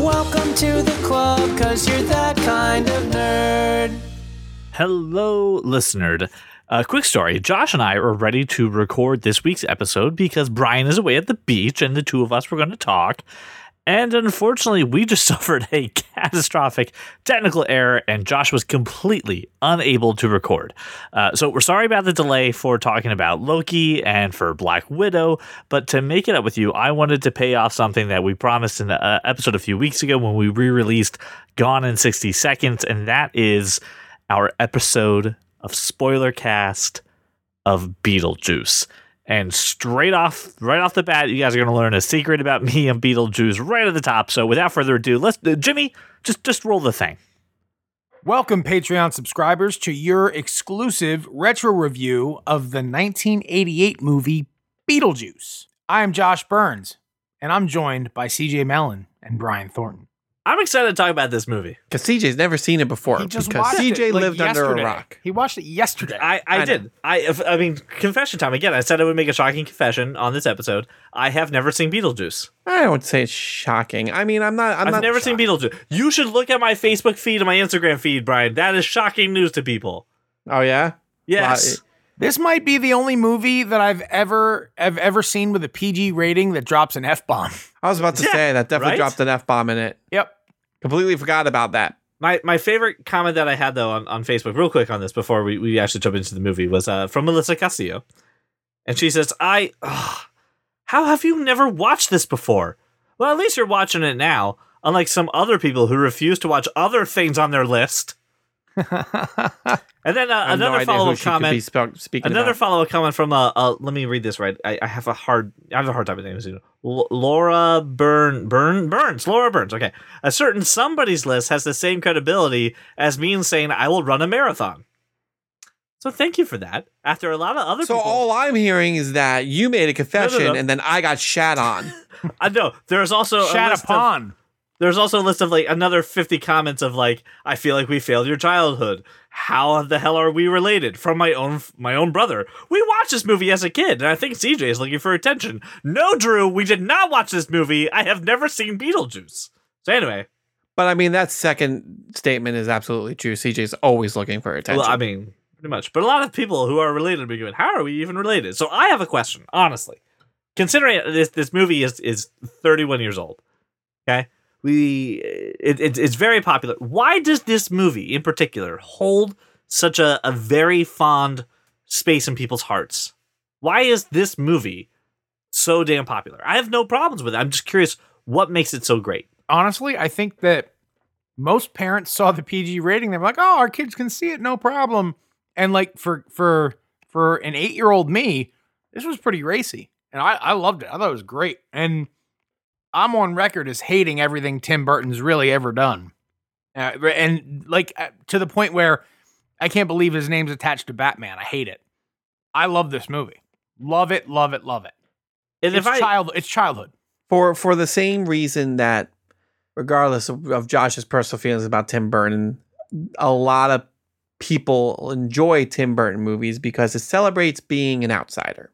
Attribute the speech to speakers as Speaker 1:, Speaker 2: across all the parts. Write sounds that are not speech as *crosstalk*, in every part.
Speaker 1: Welcome to the club, cause you're that kind of nerd.
Speaker 2: Hello, listener. A quick story. Josh and I are ready to record this week's episode because Brian is away at the beach and the two of us were going to talk. And unfortunately, we just *laughs* suffered a catastrophic technical error and Josh was completely unable to record. Uh, so we're sorry about the delay for talking about Loki and for Black Widow, but to make it up with you, I wanted to pay off something that we promised in an episode a few weeks ago when we re released Gone in 60 Seconds, and that is our episode of spoiler cast of Beetlejuice. And straight off, right off the bat, you guys are going to learn a secret about *laughs* me and Beetlejuice right at the top. So without further ado, let's uh, Jimmy, just just roll the thing.
Speaker 3: Welcome, Patreon subscribers, to your exclusive retro review of the 1988 movie Beetlejuice. I am Josh Burns, and I'm joined by CJ Mellon and Brian Thornton.
Speaker 2: I'm excited to talk about this movie.
Speaker 4: Because CJ's never seen it before.
Speaker 3: He just
Speaker 4: because
Speaker 3: watched
Speaker 4: CJ
Speaker 3: it, like,
Speaker 4: lived under
Speaker 3: yesterday.
Speaker 4: a rock.
Speaker 3: He watched it yesterday.
Speaker 2: I, I,
Speaker 4: I
Speaker 2: did. I if- I mean, confession time again. I said I would make a shocking confession on this episode. I have never seen Beetlejuice.
Speaker 4: I would say it's shocking. I mean, I'm not. I'm
Speaker 2: i have
Speaker 4: not
Speaker 2: never seen
Speaker 4: shocked.
Speaker 2: Beetlejuice. You should look at my Facebook feed and my Instagram feed, Brian. That is shocking news to people.
Speaker 4: Oh yeah.
Speaker 2: Yes.
Speaker 4: Well,
Speaker 3: this might be the only movie that I've ever I've ever seen with a PG rating that drops an F bomb.
Speaker 4: I was about to
Speaker 2: Yeah,
Speaker 4: say that definitely
Speaker 2: right?
Speaker 4: dropped an f bomb in it.
Speaker 3: Yep.
Speaker 4: Completely forgot about that.
Speaker 2: My my favorite comment that I had though on, on Facebook, real quick on this before we, we actually jump into the movie, was uh, from Melissa Castillo, and she says, "I, ugh, how have you never watched this before? Well, at least you're watching it now, unlike some other people who refuse to watch other things on their
Speaker 4: *laughs*
Speaker 2: list." And then uh,
Speaker 4: I have no
Speaker 2: another
Speaker 4: idea who
Speaker 2: follow up
Speaker 4: she could be
Speaker 2: comment,
Speaker 4: spe- speaking
Speaker 2: another
Speaker 4: about.
Speaker 2: follow up comment from uh, uh, let me read this right. I, I have a hard, I have a hard time with names. you know. L- Laura Burn Burn Burns, Laura Burns. Okay, a certain somebody's list has the same credibility as me in saying I will run a marathon. So thank you for that. After a lot of other
Speaker 4: so
Speaker 2: people,
Speaker 4: all I'm hearing is that you made a confession
Speaker 2: no.
Speaker 4: and then I got
Speaker 2: *laughs*
Speaker 4: shat on.
Speaker 2: I know there's also a
Speaker 3: *laughs* Shat
Speaker 2: list of
Speaker 3: upon.
Speaker 2: there's also a list of like another 50 comments of like i feel like we failed your childhood how the hell are we related from my own my own brother we watched this movie as a kid and i think cj is looking for attention no drew we did not watch this movie i have never seen beetlejuice so anyway
Speaker 4: but I mean, that second statement is absolutely true. CJ's always looking for attention.
Speaker 2: well, i mean pretty much but a lot of people who are related be going how are we even related so i have a question honestly considering this this movie is is 31 years old okay we it, it, it's very popular why does this movie in particular hold such a, a very fond space in people's hearts why is this movie so damn popular i have no problems with it i'm just curious what makes it so great
Speaker 3: honestly, I think that most parents saw the PG rating. They're like, "Oh, our kids can see it, no problem." And like for for for an eight year old me, this was pretty racy, and I I loved it. I thought it was great, and I'm on record as hating everything Tim Burton's really ever done, uh, and like uh, to the point where I can't believe his name's attached to Batman. I hate it. I love this movie. Love it, love it, love it.
Speaker 2: and
Speaker 3: It's
Speaker 2: if i
Speaker 3: child, it's childhood.
Speaker 4: for for the same reason that regardless of, of Josh's personal feelings about Tim Burton, a lot of people enjoy Tim Burton movies because it celebrates being an outsider.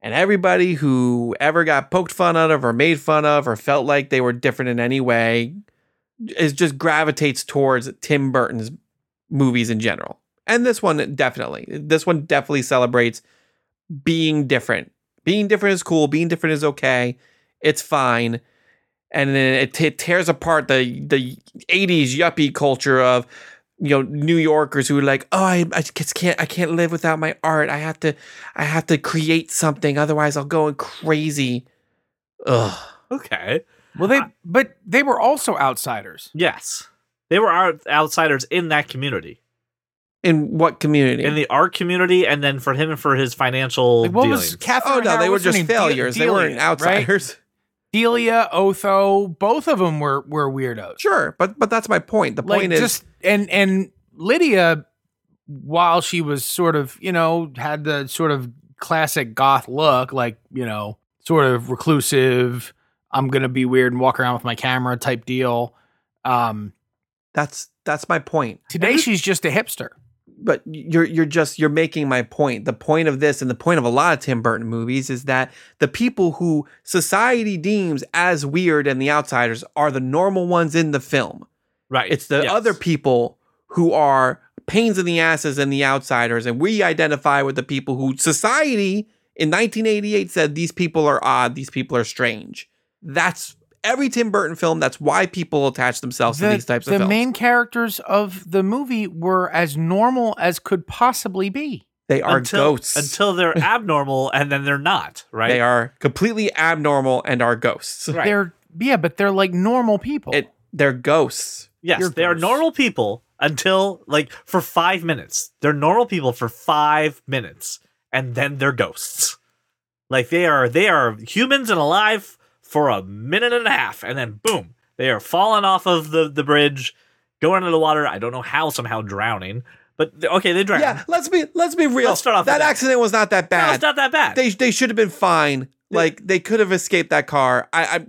Speaker 4: And everybody who ever got poked fun out of or made fun of or felt like they were different in any way is just gravitates towards Tim Burton's movies in general. And this one definitely. This one definitely celebrates being different. Being different is cool, being different is okay it's fine. And then it, it tears apart the the 80s yuppie culture of you know New Yorkers who are like, oh, I, I just can't I can't live without my art. I have to I have to create something, otherwise I'll go crazy. Ugh.
Speaker 2: okay
Speaker 3: Well, they but they were also outsiders.
Speaker 2: Yes. They were out- outsiders in that community,
Speaker 4: In what community?
Speaker 2: in the art community, and then for him and for his financial
Speaker 3: Like, what
Speaker 2: dealings.
Speaker 3: was Catherine?
Speaker 4: oh no, they
Speaker 3: Howard-
Speaker 4: were
Speaker 3: what's her
Speaker 4: just
Speaker 3: name? De-
Speaker 4: failures. they weren't
Speaker 3: Delia,
Speaker 4: *laughs*
Speaker 3: Right?
Speaker 4: outsiders.
Speaker 3: Delia, Otho, both of them were were weirdos.
Speaker 4: Sure, but but that's my point. The
Speaker 3: like
Speaker 4: point is
Speaker 3: just and and Lydia, while she was sort of you know had the sort of classic goth look, like you know sort of reclusive. I'm gonna be weird and walk around with my camera type deal. Um,
Speaker 4: that's that's my point.
Speaker 3: today she's just a hipster.
Speaker 4: but you're you're just you're making my point. The point of this and the point of a lot of Tim Burton movies is that the people who society deems as weird and the outsiders are the normal ones in the film.
Speaker 2: Right.
Speaker 4: It's the
Speaker 2: yes.
Speaker 4: other people who are pains in the asses and the outsiders, and we identify with the people who society in 1988 said these people are odd, these people are strange. That's every Tim Burton film. That's why people attach themselves to these types
Speaker 3: the
Speaker 4: of films.
Speaker 3: main characters of the movie were as normal as could possibly be.
Speaker 4: they are
Speaker 2: until,
Speaker 4: ghosts.
Speaker 2: until
Speaker 4: *laughs*
Speaker 2: they're abnormal and then they're not. Right.
Speaker 4: They are completely abnormal and are ghosts.
Speaker 2: Right.
Speaker 3: They're yeah, but they're like normal people.
Speaker 4: It, they're ghosts.
Speaker 2: Yes,
Speaker 3: You're
Speaker 2: they are
Speaker 3: gross.
Speaker 2: normal people until like for five minutes. They're normal people for five minutes, and then they're ghosts. Like they are they are humans and alive for a minute and a half, and then boom, they are falling off of the the bridge, going into the water. I don't know how, somehow drowning, but they- okay, they drown.
Speaker 4: Yeah, let's be let's be real.
Speaker 2: Let's start off with
Speaker 4: that
Speaker 2: that.
Speaker 4: accident was not that
Speaker 2: no,
Speaker 4: bad.
Speaker 2: it's not that bad.
Speaker 4: they they should have been fine. Like they could have escaped that car. I, I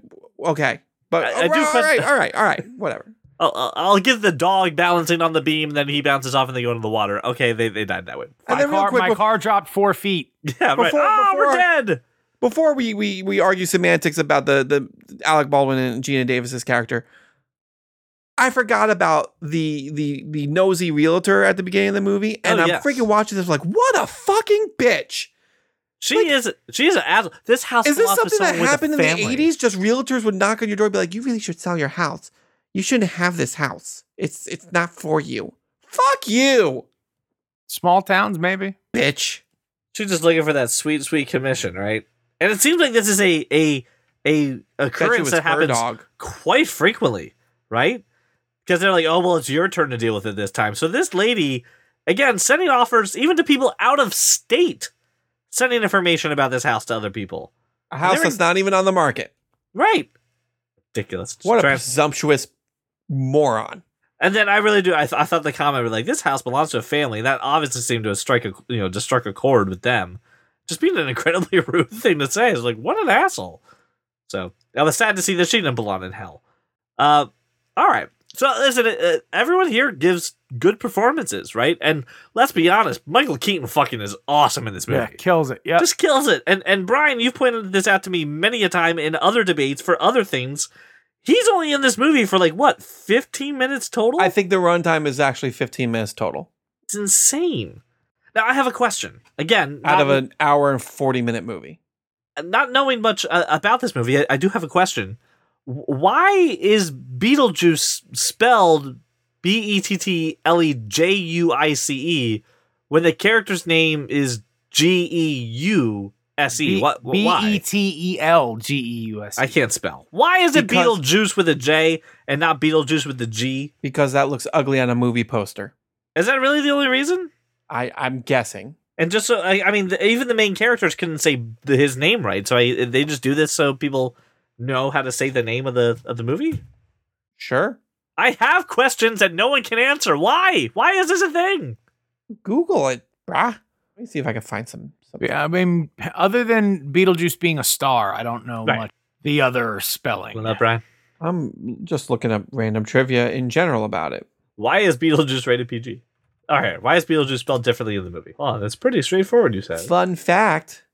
Speaker 4: okay, but
Speaker 2: I- I
Speaker 4: all
Speaker 2: do
Speaker 4: right, all
Speaker 2: question-
Speaker 4: right, all right, all right, whatever.
Speaker 2: I'll- I'll, I'll give the dog balancing on the beam, then he bounces off and they go into the water. Okay, they, they died that way. *laughs*
Speaker 3: my
Speaker 4: And then real
Speaker 3: car,
Speaker 4: quick,
Speaker 3: my
Speaker 4: bef-
Speaker 3: car dropped four feet.
Speaker 2: Yeah, right.
Speaker 4: Before-
Speaker 2: Ah, we're
Speaker 4: before-
Speaker 2: dead.
Speaker 4: before we we we argue semantics about the the Alec Baldwin and Gina Davis's character, I forgot about the the the nosy realtor at the beginning of the movie, and
Speaker 2: Oh,
Speaker 4: I'm
Speaker 2: yes.
Speaker 4: freaking watching this like, what a fucking bitch!
Speaker 2: She is. She is an asshole. This house
Speaker 4: Is
Speaker 2: fell
Speaker 4: this
Speaker 2: off with
Speaker 4: something that
Speaker 2: someone with a
Speaker 4: happened in the
Speaker 2: family.
Speaker 4: 80s? Just realtors would knock on your door, and be like, you really should sell your house. You shouldn't have this house. It's it's not for you. Fuck you,
Speaker 3: Small towns, maybe.
Speaker 4: bitch.
Speaker 2: She's just looking for that sweet, sweet commission, right? And it seems like this is a a a
Speaker 4: Bet you
Speaker 2: occurrence
Speaker 4: it's
Speaker 2: that
Speaker 4: her
Speaker 2: happens
Speaker 4: dog.
Speaker 2: quite frequently, right? Because they're like, oh well, it's your turn to deal with it this time. So this lady, again, sending offers even to people out of state, sending information about this house to other people,
Speaker 4: A house
Speaker 2: They're-
Speaker 4: that's not even on the market.
Speaker 2: right? Ridiculous. Just
Speaker 4: What a
Speaker 2: trying-
Speaker 4: presumptuous moron.
Speaker 2: And then I really do. I, th- I thought the comment was like, "This house belongs to a family." That obviously seemed to strike a you know to strike a chord with them. Just being an incredibly *laughs* rude thing to say is like, what an asshole. So I was sad to see that she didn't belong in hell. Uh, all right. So listen, uh, everyone here gives good performances, right? And let's be honest, Michael Keaton fucking is awesome in this movie
Speaker 3: Yeah, kills it.
Speaker 4: Uh,
Speaker 3: Yeah,
Speaker 2: just kills it. And and Brian, you've pointed this out to me many a time in other debates for other things. He's only in this movie for like what, fifteen minutes total?
Speaker 4: I think the runtime is actually 15 minutes total
Speaker 2: it's insane. Now I have a question. Again,
Speaker 4: out
Speaker 2: not,
Speaker 4: of an hour and 40 minute movie.
Speaker 2: not knowing much uh, about this movie, I, I do have a question. W- Why is Beetlejuice spelled B E T T L E J U I C E when the character's name is G E U S E?
Speaker 3: B
Speaker 2: What? why?
Speaker 3: E T E L G E U S.
Speaker 2: I can't spell. Why is it
Speaker 4: Because-
Speaker 2: Beetlejuice with a J and not Beetlejuice with the G?
Speaker 4: because that looks ugly on a movie poster.
Speaker 2: Is that really the only reason?
Speaker 4: I, I'm guessing.
Speaker 2: And just so I, I mean, the, even the main characters couldn't say the- his name right, so I, they just do this so people know how to say the name of the of the movie.
Speaker 4: Sure.
Speaker 2: I have questions that no one can answer. Why? Why is this a thing?
Speaker 4: Google it, brah. Let me see if I can find some. some
Speaker 3: Yeah, I mean, other than Beetlejuice being a star, I don't know
Speaker 2: Right.
Speaker 3: much the other spelling.
Speaker 2: Well, no, Brian.
Speaker 4: I'm just looking up random trivia in general about it.
Speaker 2: Why is Beetlejuice rated PG? All right. Why is Beetlejuice spelled differently in the movie? Oh, that's pretty straightforward. You said.
Speaker 4: Fun fact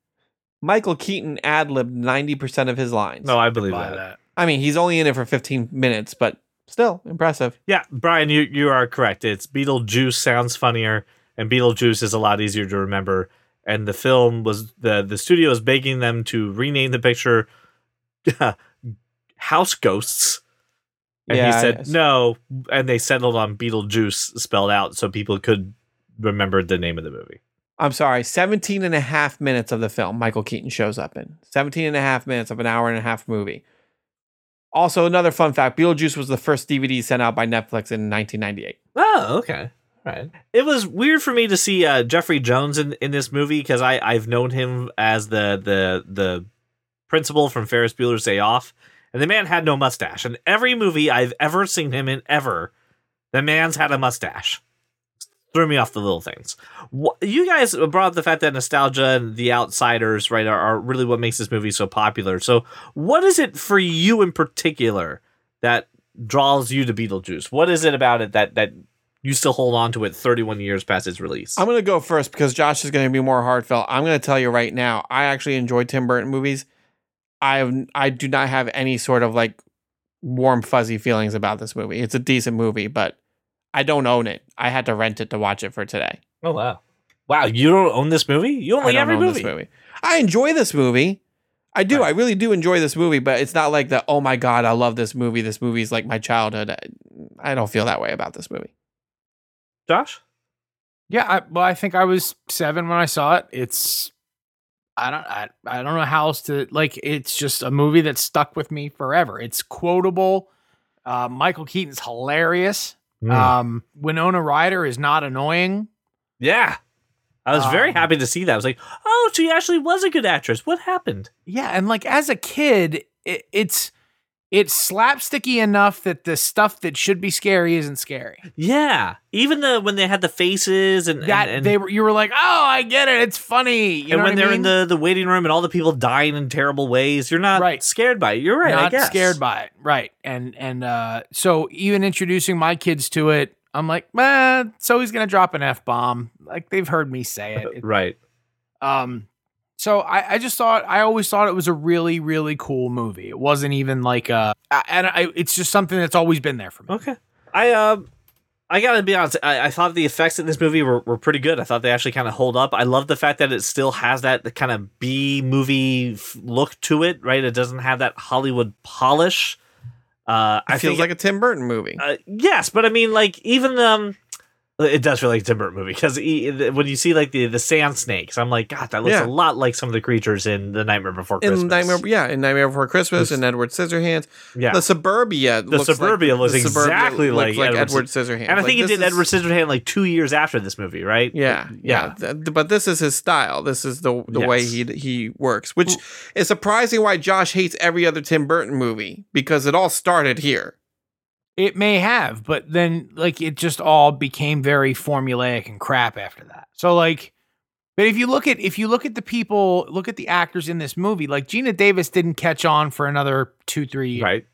Speaker 4: Michael Keaton ad libbed 90% of his lines.
Speaker 2: No, I believe
Speaker 3: by
Speaker 2: that.
Speaker 3: that.
Speaker 4: I mean, he's only in it for 15 minutes, but still impressive.
Speaker 2: Yeah, Brian, you you are correct. It's Beetlejuice sounds funnier, and Beetlejuice is a lot easier to remember. And the film was the the studio is begging them to rename the picture *laughs* House Ghosts, and he
Speaker 4: Yeah,
Speaker 2: said
Speaker 4: yes.
Speaker 2: no, and they settled on Beetlejuice spelled out so people could remember the name of the movie.
Speaker 4: I'm sorry, 17 and a half minutes of the film Michael Keaton shows up in. 17 and a half minutes of an hour and a half movie. Also, another fun fact Beetlejuice was the first DVD sent out by Netflix in 1998.
Speaker 2: Oh, okay. All right. It was weird for me to see uh, Jeffrey Jones in, in this movie because I I've known him as the the the principal from Ferris Bueller's Day Off, and the man had no mustache. In every movie I've ever seen him in ever, the man's had a mustache. Threw me off the little things. Wh- You guys brought up the fact that nostalgia and the outsiders, right, are, are really what makes this movie so popular. So, what is it for you in particular that draws you to Beetlejuice? What is it about it that that you still hold on to it 31 years past its release.
Speaker 4: I'm gonna go first because Josh is gonna be more heartfelt. I'm gonna tell you right now, I actually enjoy Tim Burton movies. I have, I do not have any sort of like warm fuzzy feelings about this movie. It's a decent movie, but I don't own it. I had to rent it to watch it for today.
Speaker 2: oh wow, wow! You don't own this movie? You own
Speaker 4: I
Speaker 2: like
Speaker 4: don't
Speaker 2: every
Speaker 4: own
Speaker 2: movie.
Speaker 4: this movie. I enjoy this movie. I do.
Speaker 2: Right.
Speaker 4: I really do enjoy this movie, but it's not like the oh my god, I love this movie. This movie's like my childhood. I- I don't feel that way about this movie.
Speaker 2: Josh,
Speaker 3: Yeah, I, well, I think I was seven when I saw it. It's I don't I, I don't know how else to like. It's just a movie that stuck with me forever. It's quotable. Uh, Michael Keaton's hilarious.
Speaker 4: Uh,
Speaker 3: Um, Winona Ryder is not annoying.
Speaker 2: yeah. I was very
Speaker 3: um,
Speaker 2: happy to see that. I was like, oh, she actually was a good actress. What happened?
Speaker 3: Yeah, and like as a kid, it, it's it's slapsticky enough that the stuff that should be scary isn't scary.
Speaker 2: Yeah, even the when they had the faces and
Speaker 3: That
Speaker 2: and, and,
Speaker 3: they were you were like, oh, I get it. It's funny. You
Speaker 2: and
Speaker 3: know
Speaker 2: when
Speaker 3: what I
Speaker 2: they're in
Speaker 3: mean?
Speaker 2: the the waiting room and all the people dying in terrible ways, you're not
Speaker 3: Right.
Speaker 2: scared by it. You're right.
Speaker 3: not
Speaker 2: I guess.
Speaker 3: scared by it right and and uh so even introducing my kids to it i'm like man so he's gonna drop an f-bomb like they've heard me say it,
Speaker 2: *laughs*
Speaker 3: It-
Speaker 2: Right.
Speaker 3: um so I, I just thought i always thought it was a really really cool movie it wasn't even like uh I- and I, it's just something that's always been there for me
Speaker 2: Okay. I um I gotta be honest, I, I thought the effects in this movie were, were pretty good. I thought they actually kind of hold up. I love the fact that it still has that kind of B movie f- look to it, right? It doesn't have that Hollywood polish. Uh,
Speaker 4: It
Speaker 2: I
Speaker 4: feels
Speaker 2: think,
Speaker 4: like a Tim Burton movie.
Speaker 2: uh, yes, but I mean, like even um, it does feel like a Tim Burton movie because when you see like the the sand snakes, I'm like, God, that looks
Speaker 4: Yeah.
Speaker 2: a lot like some of the creatures in the Nightmare Before Christmas.
Speaker 4: in Nightmare, yeah, in Nightmare Before Christmas,
Speaker 2: This-
Speaker 4: and Edward Scissorhands.
Speaker 2: yeah.
Speaker 4: The suburbia.
Speaker 2: The Suburbia looks exactly like Edward
Speaker 4: Edward Scissorhands.
Speaker 2: and I
Speaker 4: Like,
Speaker 2: think it
Speaker 4: this
Speaker 2: did
Speaker 4: is-
Speaker 2: Edward Scissorhand like two years after this movie, right?
Speaker 4: Yeah, yeah,
Speaker 2: Yeah.
Speaker 4: Th- but this is his style. This is the the way
Speaker 2: Yes.
Speaker 4: he he works, which is surprising. Why Josh hates every other Tim Burton movie because it all started here.
Speaker 3: it may have but then like it just all became very formulaic and crap after that so like but if you look at if you look at the people look at the actors in this movie like gina davis didn't catch on for another two three years
Speaker 2: Right.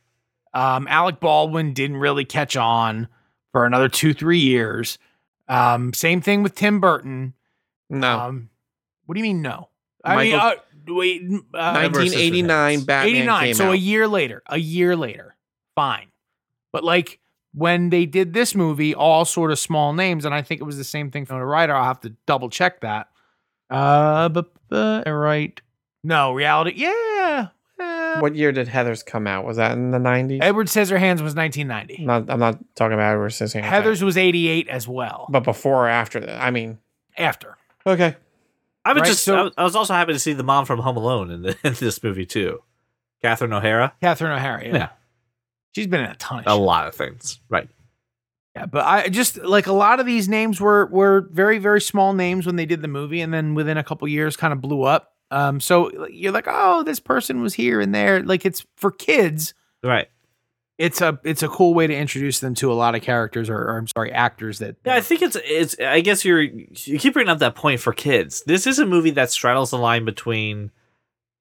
Speaker 3: um, alec baldwin didn't really catch on for another two three years um, same thing with tim burton
Speaker 4: No,
Speaker 3: um, what do you mean no i mean
Speaker 4: Michael-
Speaker 3: uh, wait, uh,
Speaker 2: Edward
Speaker 4: 1989
Speaker 2: Scissorhands.
Speaker 4: Batman
Speaker 3: 89
Speaker 4: came
Speaker 3: so
Speaker 4: out.
Speaker 3: a year later a year later fine but like when they did this movie all sort of small names and i think it was the same thing from the writer i'll have to double check that uh but, but right no reality yeah eh.
Speaker 4: what year did Heather's come out? Was that in the 90s?
Speaker 3: edward scissorhands was 1990
Speaker 4: not, I'm not talking about Edward Scissorhands.
Speaker 3: heather's was 88 as well
Speaker 4: but before or after that? I mean,
Speaker 3: after
Speaker 4: okay,
Speaker 2: I was
Speaker 3: Right,
Speaker 2: just
Speaker 3: so-
Speaker 2: I was- I was also happy to see the mom from Home Alone in, the, *laughs* in this movie too. Catherine O'Hara.
Speaker 3: catherine o'hara yeah.
Speaker 2: Yeah.
Speaker 3: she's been in a ton of
Speaker 2: A
Speaker 3: shit.
Speaker 2: lot of things. Right.
Speaker 3: Yeah, but I just like a lot of these names were were very very small names when they did the movie, and then within a couple years, kind of blew up. Um, so you're like, oh, this person was here and there. Like it's for kids.
Speaker 2: Right.
Speaker 3: It's a it's a cool way to introduce them to a lot of characters, or, or I'm sorry, actors that.
Speaker 2: Yeah, I think it's it's I guess you're you keep bringing up that point for kids. This is a movie that straddles the line between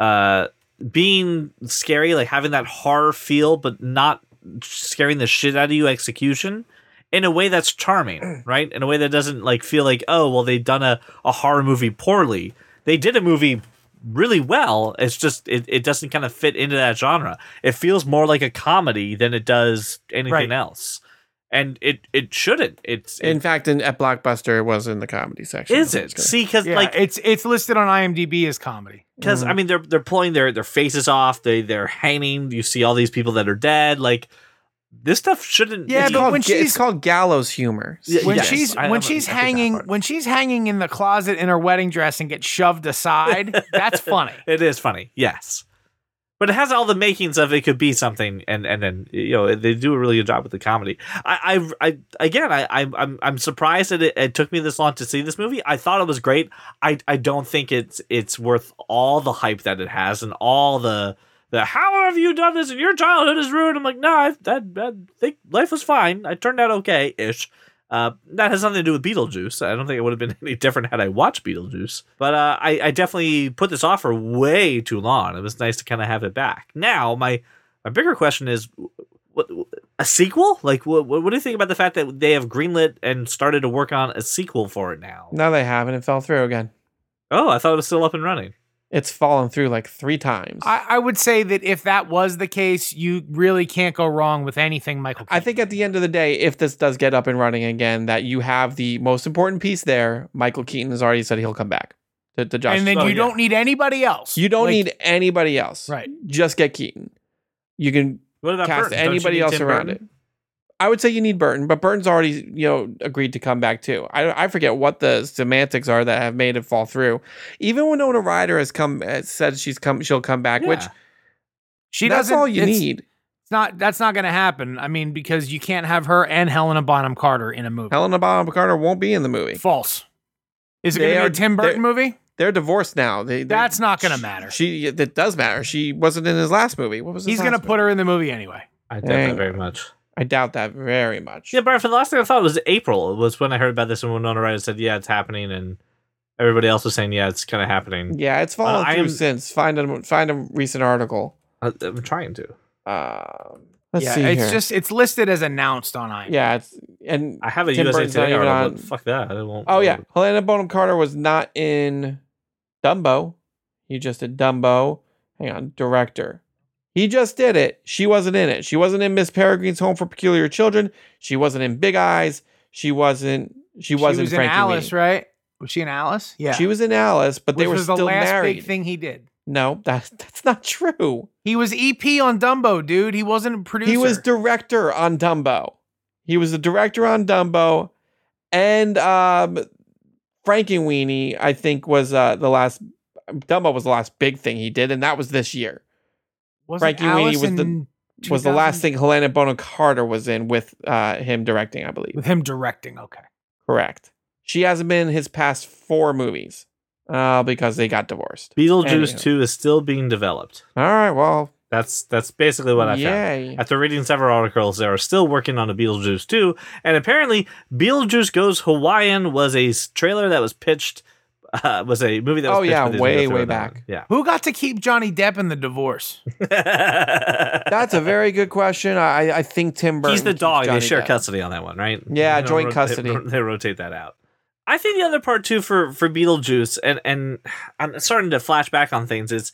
Speaker 2: uh being scary, like having that horror feel, but not scaring the shit out of you execution in a way that's charming, right? In a way that doesn't like feel like, oh well they've done a, a horror movie poorly. They did a movie really well. It's just it, it doesn't kind of fit into that genre. It feels more like a comedy than it does anything
Speaker 3: Right.
Speaker 2: else. And it it shouldn't. It's
Speaker 4: in fact, in at Blockbuster, it was in the comedy section.
Speaker 2: is
Speaker 4: I'm just
Speaker 2: it?
Speaker 4: gonna-
Speaker 2: See, because
Speaker 3: Yeah, mm.
Speaker 2: like
Speaker 3: it's it's listed on IMDb as comedy.
Speaker 2: because I mean they're they're pulling their their faces off. They they're hanging. You see all these people that are dead. Like this stuff shouldn't.
Speaker 3: Yeah,
Speaker 2: it's
Speaker 4: It's
Speaker 3: but
Speaker 4: called
Speaker 3: when
Speaker 4: ga- it's
Speaker 3: she's-
Speaker 4: called gallows humor.
Speaker 2: Yeah,
Speaker 3: When
Speaker 2: Yes,
Speaker 3: she's
Speaker 2: I-
Speaker 3: when
Speaker 2: I'm-
Speaker 3: she's
Speaker 2: I picked that
Speaker 3: hanging
Speaker 2: part.
Speaker 3: when she's hanging in the closet in her wedding dress and gets shoved aside,
Speaker 2: *laughs*
Speaker 3: that's funny.
Speaker 2: It is funny, yes. But it has all the makings of it could be something, and and then you know they do a really good job with the comedy. I I, I again I I- I'm I'm surprised that it, it took me this long to see this movie. I thought it was great. I I don't think it's it's worth all the hype that it has and all the the how have you done this and your childhood is ruined. I'm like no, I, that that think life was fine. I turned out okay ish. Uh, that has nothing to do with Beetlejuice. I don't think it would have been *laughs* any different had I watched Beetlejuice. But uh, I, I definitely put this off for way too long. It was nice to kind of have it back. Now, my my bigger question is, what, a sequel? Like, what, what do you think about the fact that they have greenlit and started to work on a sequel for it now?
Speaker 4: Now they haven't. It fell through again.
Speaker 2: Oh, I thought it was still up and running.
Speaker 4: It's fallen through like three times. I,
Speaker 3: I, I would say that if that was the case, you really can't go wrong with anything, Michael. Keaton.
Speaker 4: think at the end of the day, if this does get up and running again, that you have the most important piece there. Michael Keaton has already said he'll come back to, to Josh.
Speaker 3: and then
Speaker 2: Oh,
Speaker 3: you
Speaker 2: yeah.
Speaker 3: don't need anybody else.
Speaker 4: you don't
Speaker 3: Like-
Speaker 4: need anybody else.
Speaker 3: right.
Speaker 4: Just get Keaton. You can
Speaker 2: What about
Speaker 4: cast
Speaker 2: Burton? Don't you
Speaker 4: anybody
Speaker 2: need
Speaker 4: else
Speaker 2: Tim
Speaker 4: around
Speaker 2: Burton?
Speaker 4: it. I would say you need Burton, but Burton's already you know agreed to come back too. I I forget what the semantics are that have made it fall through. Even Winona Ryder has come has said she's come she'll come back, which
Speaker 2: Yeah.
Speaker 3: She
Speaker 4: that's
Speaker 3: doesn't.
Speaker 4: all you
Speaker 3: it's-
Speaker 4: need.
Speaker 3: It's not. That's not going to happen. I mean, because you can't have her and Helena Bonham Carter in a movie.
Speaker 4: Helena Bonham Carter won't be in the movie.
Speaker 3: False. Is it going
Speaker 4: They
Speaker 3: to be
Speaker 4: are-
Speaker 3: a Tim Burton movie?
Speaker 4: They're divorced now. They, they-
Speaker 3: That's not going to
Speaker 4: she-
Speaker 3: matter.
Speaker 4: She it does matter. She wasn't in his last movie. What was his
Speaker 3: He's going to
Speaker 4: last
Speaker 3: put
Speaker 4: movie?
Speaker 3: her in the movie anyway.
Speaker 2: I doubt
Speaker 4: Dang.
Speaker 2: that very much.
Speaker 4: I doubt that very much.
Speaker 2: Yeah, Brian, for the last thing I thought was April was when I heard about this and Winona Ryder said, yeah, it's happening. And everybody else was saying, yeah, it's kind of happening.
Speaker 4: Yeah, it's fallen
Speaker 2: Uh, I
Speaker 4: through
Speaker 2: am-
Speaker 4: since. Find a find a recent article.
Speaker 2: I, Uh, I'm trying to.
Speaker 4: Um, let's
Speaker 3: yeah,
Speaker 4: see
Speaker 3: it's
Speaker 4: here.
Speaker 3: just it's listed as announced on IMDb.
Speaker 4: yeah, it's and
Speaker 2: I have a
Speaker 4: Tim
Speaker 2: USA
Speaker 4: Burton's
Speaker 2: Today
Speaker 4: not even
Speaker 2: article. but
Speaker 4: on-
Speaker 2: Fuck that. I won't.
Speaker 4: Oh yeah, Helena Bonham Carter was not in Dumbo. He just did Dumbo. Hang on, director. He just did it. She wasn't in it. She wasn't in Miss Peregrine's Home for Peculiar Children. She wasn't in Big Eyes. She wasn't. She wasn't.
Speaker 3: she was in
Speaker 4: Frankie
Speaker 3: Alice,
Speaker 4: Muniz.
Speaker 3: right? Was she in Alice? Yeah,
Speaker 4: She was in Alice, but they
Speaker 3: Which
Speaker 4: were
Speaker 3: was
Speaker 4: still
Speaker 3: the last
Speaker 4: married.
Speaker 3: big thing he did.
Speaker 4: No, *laughs* that that's not true.
Speaker 3: He was EP on Dumbo, dude. He wasn't a producer.
Speaker 4: He was director on Dumbo. He was the director on Dumbo, and um, Frankie Weenie, I think, was uh, the last. Dumbo was the last big thing he did, and that was this year.
Speaker 3: Wasn't
Speaker 4: Frankie Weenie
Speaker 3: Alice
Speaker 4: was the-
Speaker 3: in
Speaker 4: Was the last
Speaker 3: 2000
Speaker 4: thing Helena Bonham Carter was in with uh, him directing, I believe.
Speaker 3: with him directing. Okay,
Speaker 4: Correct. She hasn't been in his past four movies uh, because they got divorced.
Speaker 2: Beetlejuice
Speaker 4: Anywho.
Speaker 2: 2 is still being developed.
Speaker 4: All right, well,
Speaker 2: That's that's basically what I found.
Speaker 4: yay.
Speaker 2: After reading several articles, they are still working on a Beetlejuice 2, and apparently, Beetlejuice Goes Hawaiian was a s- trailer that was pitched, *laughs* uh, was a movie that was
Speaker 4: Oh,
Speaker 2: pitched
Speaker 4: yeah,
Speaker 2: for Disney to
Speaker 4: way,
Speaker 2: throw
Speaker 4: way
Speaker 2: it on.
Speaker 4: back.
Speaker 2: Yeah.
Speaker 3: who got to keep Johnny Depp in the divorce?
Speaker 2: *laughs*
Speaker 4: That's a very good question. I, I think Tim Burton.
Speaker 2: He's the
Speaker 4: keeps
Speaker 2: dog.
Speaker 4: Johnny
Speaker 2: they share
Speaker 4: Depp.
Speaker 2: custody on that one, right?
Speaker 4: Yeah,
Speaker 2: They
Speaker 4: joint
Speaker 2: rot-
Speaker 4: custody.
Speaker 2: *laughs* They, they rotate that out. I think the other part too for for Beetlejuice and and I'm starting to flash back on things is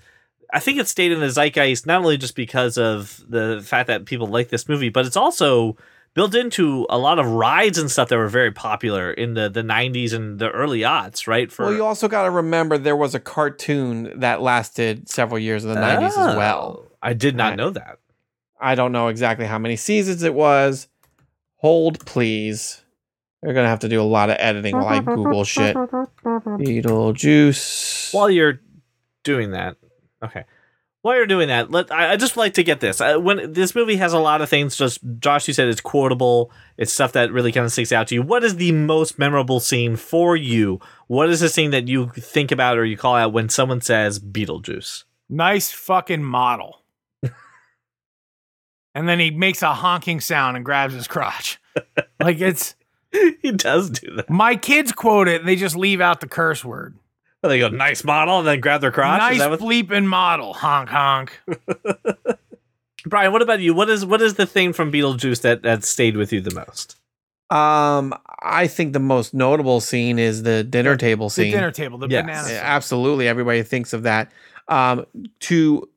Speaker 2: I think it stayed in the zeitgeist not only just because of the fact that people like this movie, but it's also built into a lot of rides and stuff that were very popular in the the 90s and the early aughts, right? For
Speaker 4: well, you also got to remember there was a cartoon that lasted several years in the 90s as
Speaker 2: Oh,
Speaker 4: well.
Speaker 2: I did not
Speaker 4: Right.
Speaker 2: know that.
Speaker 4: I don't know exactly how many seasons it was. Hold, please. They're going to have to do a lot of editing while I
Speaker 3: *laughs*
Speaker 4: Google shit. Beetlejuice.
Speaker 2: while you're doing that okay while you're doing that let i, I just like to get this I, when this movie has a lot of things just josh you said it's quotable it's stuff that really kind of sticks out to you what is the most memorable scene for you what is the scene that you think about or you call out when someone says beetlejuice *laughs*
Speaker 3: Nice fucking model. and then he makes a honking sound and grabs his crotch. like it's
Speaker 2: he does do that
Speaker 3: my kids quote it. and They just leave out the curse word.
Speaker 2: they go nice model and then grab their crotch Is
Speaker 3: nice
Speaker 2: that what-
Speaker 3: bleeping model. Honk honk.
Speaker 2: brian what about you what is what is the thing from beetlejuice that that stayed with you the most *laughs*
Speaker 4: Um, I think the most notable scene is the dinner table
Speaker 3: the
Speaker 4: scene.
Speaker 3: dinner table. The
Speaker 2: Yes.
Speaker 3: banana.
Speaker 4: Yeah,
Speaker 3: scene.
Speaker 4: absolutely. Everybody thinks of that. Um, to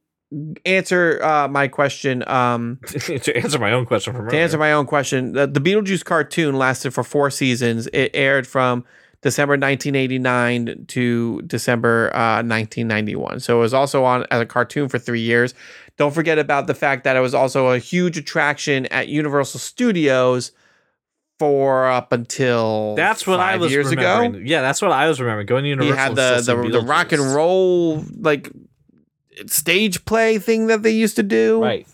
Speaker 4: answer uh, my question, um,
Speaker 2: to answer my own question from
Speaker 4: to answer
Speaker 2: earlier.
Speaker 4: my own question, the, the Beetlejuice cartoon lasted for four seasons. It aired from December 1989 to December uh, 1991. So it was also on as a cartoon for three years. Don't forget about the fact that it was also a huge attraction at Universal Studios for up until
Speaker 2: That's what I
Speaker 4: five
Speaker 2: was
Speaker 4: years ago.
Speaker 2: remembering. Yeah, that's what I was remembering. Going to
Speaker 4: he
Speaker 2: Universal.
Speaker 4: had
Speaker 2: and
Speaker 4: the
Speaker 2: still
Speaker 4: the,
Speaker 2: seeing
Speaker 4: the rock and
Speaker 2: Beetlejuice.
Speaker 4: roll like stage play thing that they used to do.
Speaker 2: Right.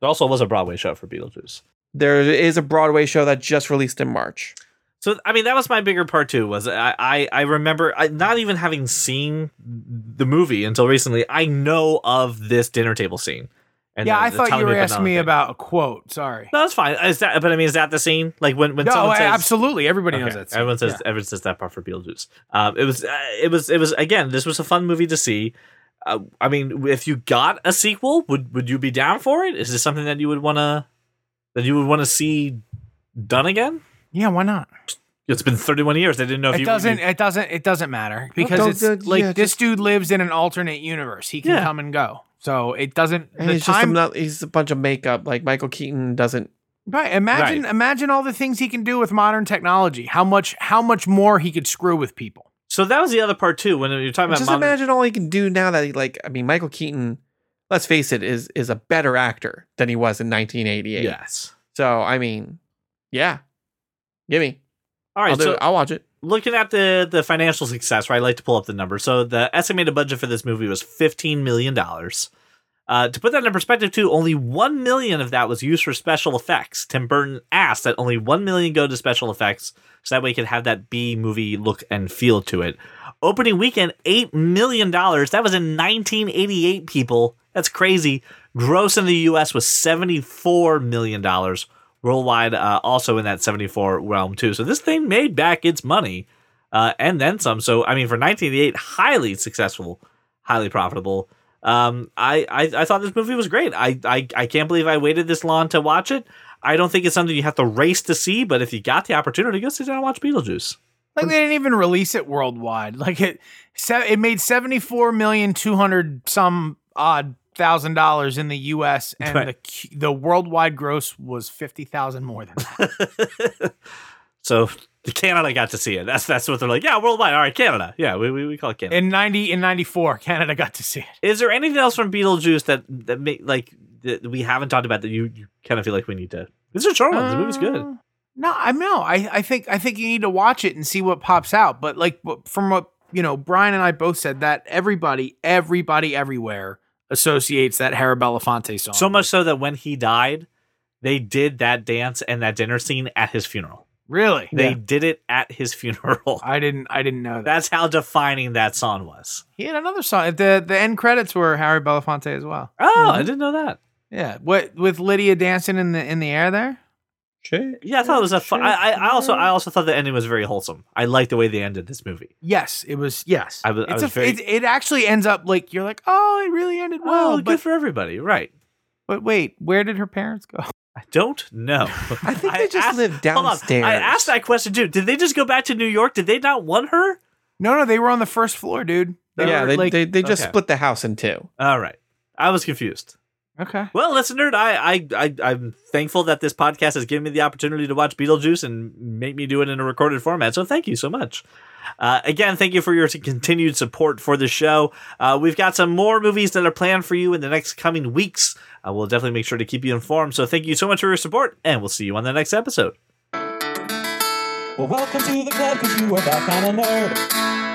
Speaker 2: There also was a Broadway show for Beetlejuice.
Speaker 4: There is a Broadway show that just released in March.
Speaker 2: So I mean, that was my bigger part too. Was I I, I remember I, not even having seen the movie until recently. I know of this dinner table scene. And
Speaker 3: yeah,
Speaker 2: the-
Speaker 3: I
Speaker 2: the
Speaker 3: thought
Speaker 2: Tommy
Speaker 3: you were
Speaker 2: Banana
Speaker 3: asking me
Speaker 2: thing.
Speaker 3: about a quote. Sorry.
Speaker 2: No, that's fine. Is that? But I mean, is that the scene? Like when when
Speaker 3: no,
Speaker 2: someone
Speaker 3: I-
Speaker 2: says
Speaker 3: absolutely. Everybody knows
Speaker 2: Okay,
Speaker 3: that. scene.
Speaker 2: Everyone says
Speaker 3: Yeah.
Speaker 2: everyone says that part for Beetlejuice. Um, it was uh, it was it was again. This was a fun movie to see. Uh, I mean, if you got a sequel, would would you be down for it? Is this something that you would want to then you would want to see done again.
Speaker 3: Yeah, why not?
Speaker 2: It's been 31 years. They didn't know if
Speaker 3: It
Speaker 2: you
Speaker 3: doesn't.
Speaker 2: You,
Speaker 3: It doesn't. It doesn't matter because
Speaker 4: don't-
Speaker 3: it's
Speaker 4: don't-
Speaker 3: like
Speaker 4: yeah,
Speaker 3: this
Speaker 4: just-
Speaker 3: dude lives in an alternate universe. He can
Speaker 2: Yeah.
Speaker 3: come and go. So it doesn't.
Speaker 4: And
Speaker 3: the
Speaker 4: he's just a,
Speaker 3: time.
Speaker 4: no- he's a bunch of makeup. Like Michael Keaton doesn't.
Speaker 3: right. Imagine. Imagine all the things he can do with modern technology. How much. How much more he could screw with people.
Speaker 2: so that was the other part too. When you're talking about
Speaker 4: Just
Speaker 2: modern-
Speaker 4: imagine all he can do now that he like. I mean, Michael Keaton. Let's face it, is is a better actor than he was in 1988.
Speaker 2: yes.
Speaker 4: So I mean, yeah, give me.
Speaker 2: All right,
Speaker 4: I'll do
Speaker 2: so
Speaker 4: it. I'll watch it.
Speaker 2: looking at the the financial success, right? I like to pull up the number. So the estimated budget for this movie was fifteen million dollars. Uh, to put that in perspective, too, only one million of that was used for special effects. Tim Burton asked that only one million go to special effects, so that way he could have that B movie look and feel to it. Opening weekend, eight million dollars. That was in 1988. People, that's crazy. Gross in the U.S. was 74 million dollars. Worldwide, uh, also in that 74 realm too. So this thing made back its money uh, and then some. So I mean, for 1988, highly successful, highly profitable. Um, I, I I thought this movie was great. I, I I can't believe I waited this long to watch it. I don't think it's something you have to race to see, but if you got the opportunity, go sit down and watch Beetlejuice. *laughs*
Speaker 3: Like they didn't even release it worldwide. *laughs* Like it. se- It made seventy four million two hundred some odd thousand dollars in the
Speaker 4: *laughs*
Speaker 3: U.S. and
Speaker 2: Right.
Speaker 3: the cu- the worldwide gross was fifty thousand more than
Speaker 4: *laughs*
Speaker 3: that.
Speaker 2: so Canada got to see it. That's that's what they're like. Yeah, worldwide. All right, Canada. Yeah, we, we, we call it Canada.
Speaker 3: in ninety in ninety four. Canada got to see it.
Speaker 2: Is there anything else from Beetlejuice that that make like that we haven't talked about that you, you kind of feel like we need to? This is a charming. one. the movie's good.
Speaker 3: Uh, No, I no, I I think I think you need to watch it and see what pops out. But like wh- from what you know, Brian and I both said that everybody, everybody, everywhere associates that Harry Belafonte song.
Speaker 2: So much so that when he died, they did that dance and that dinner scene at his funeral.
Speaker 3: really,
Speaker 2: They
Speaker 4: Yeah.
Speaker 2: did it at his *laughs* funeral.
Speaker 3: I didn't I didn't know that.
Speaker 2: That's how defining that song was.
Speaker 3: He had another song. The the end credits were Harry Belafonte as well.
Speaker 2: Oh, I didn't know that.
Speaker 3: Yeah, what with Lydia dancing in the in the air there.
Speaker 4: Shit.
Speaker 2: Yeah, I thought it was a fun. I, I, I also, I also thought the ending was very wholesome. I liked the way they ended this movie.
Speaker 3: Yes, it was. Yes,
Speaker 2: I was- I
Speaker 3: it's
Speaker 2: was
Speaker 3: a,
Speaker 2: very-
Speaker 3: it, it actually ends up like you're like, oh, it really ended well.
Speaker 2: Well,
Speaker 3: but
Speaker 2: good for everybody, right?
Speaker 3: but wait, where did her parents go?
Speaker 2: I don't know.
Speaker 4: I think they just
Speaker 2: asked-
Speaker 4: live
Speaker 2: hold on.
Speaker 4: downstairs.
Speaker 2: I asked that question too. Did they just go back to New York? Did they not want her?
Speaker 3: No, no, they were on the first floor, dude.
Speaker 4: yeah,
Speaker 3: were,
Speaker 4: they,
Speaker 3: like-
Speaker 4: they they just
Speaker 2: okay.
Speaker 4: split the house in two.
Speaker 2: All right, I was confused.
Speaker 3: okay.
Speaker 2: Well, listener, I, I, I, I'm thankful that this podcast has given me the opportunity to watch Beetlejuice and make me do it in a recorded format. So thank you so much. Uh, again, thank you for your continued support for the show. Uh, we've got some more movies that are planned for you in the next coming weeks. Uh, we'll definitely make sure to keep you informed. So thank you so much for your support, and we'll see you on the next episode.
Speaker 1: Well, welcome to the club because you are that kind of nerd.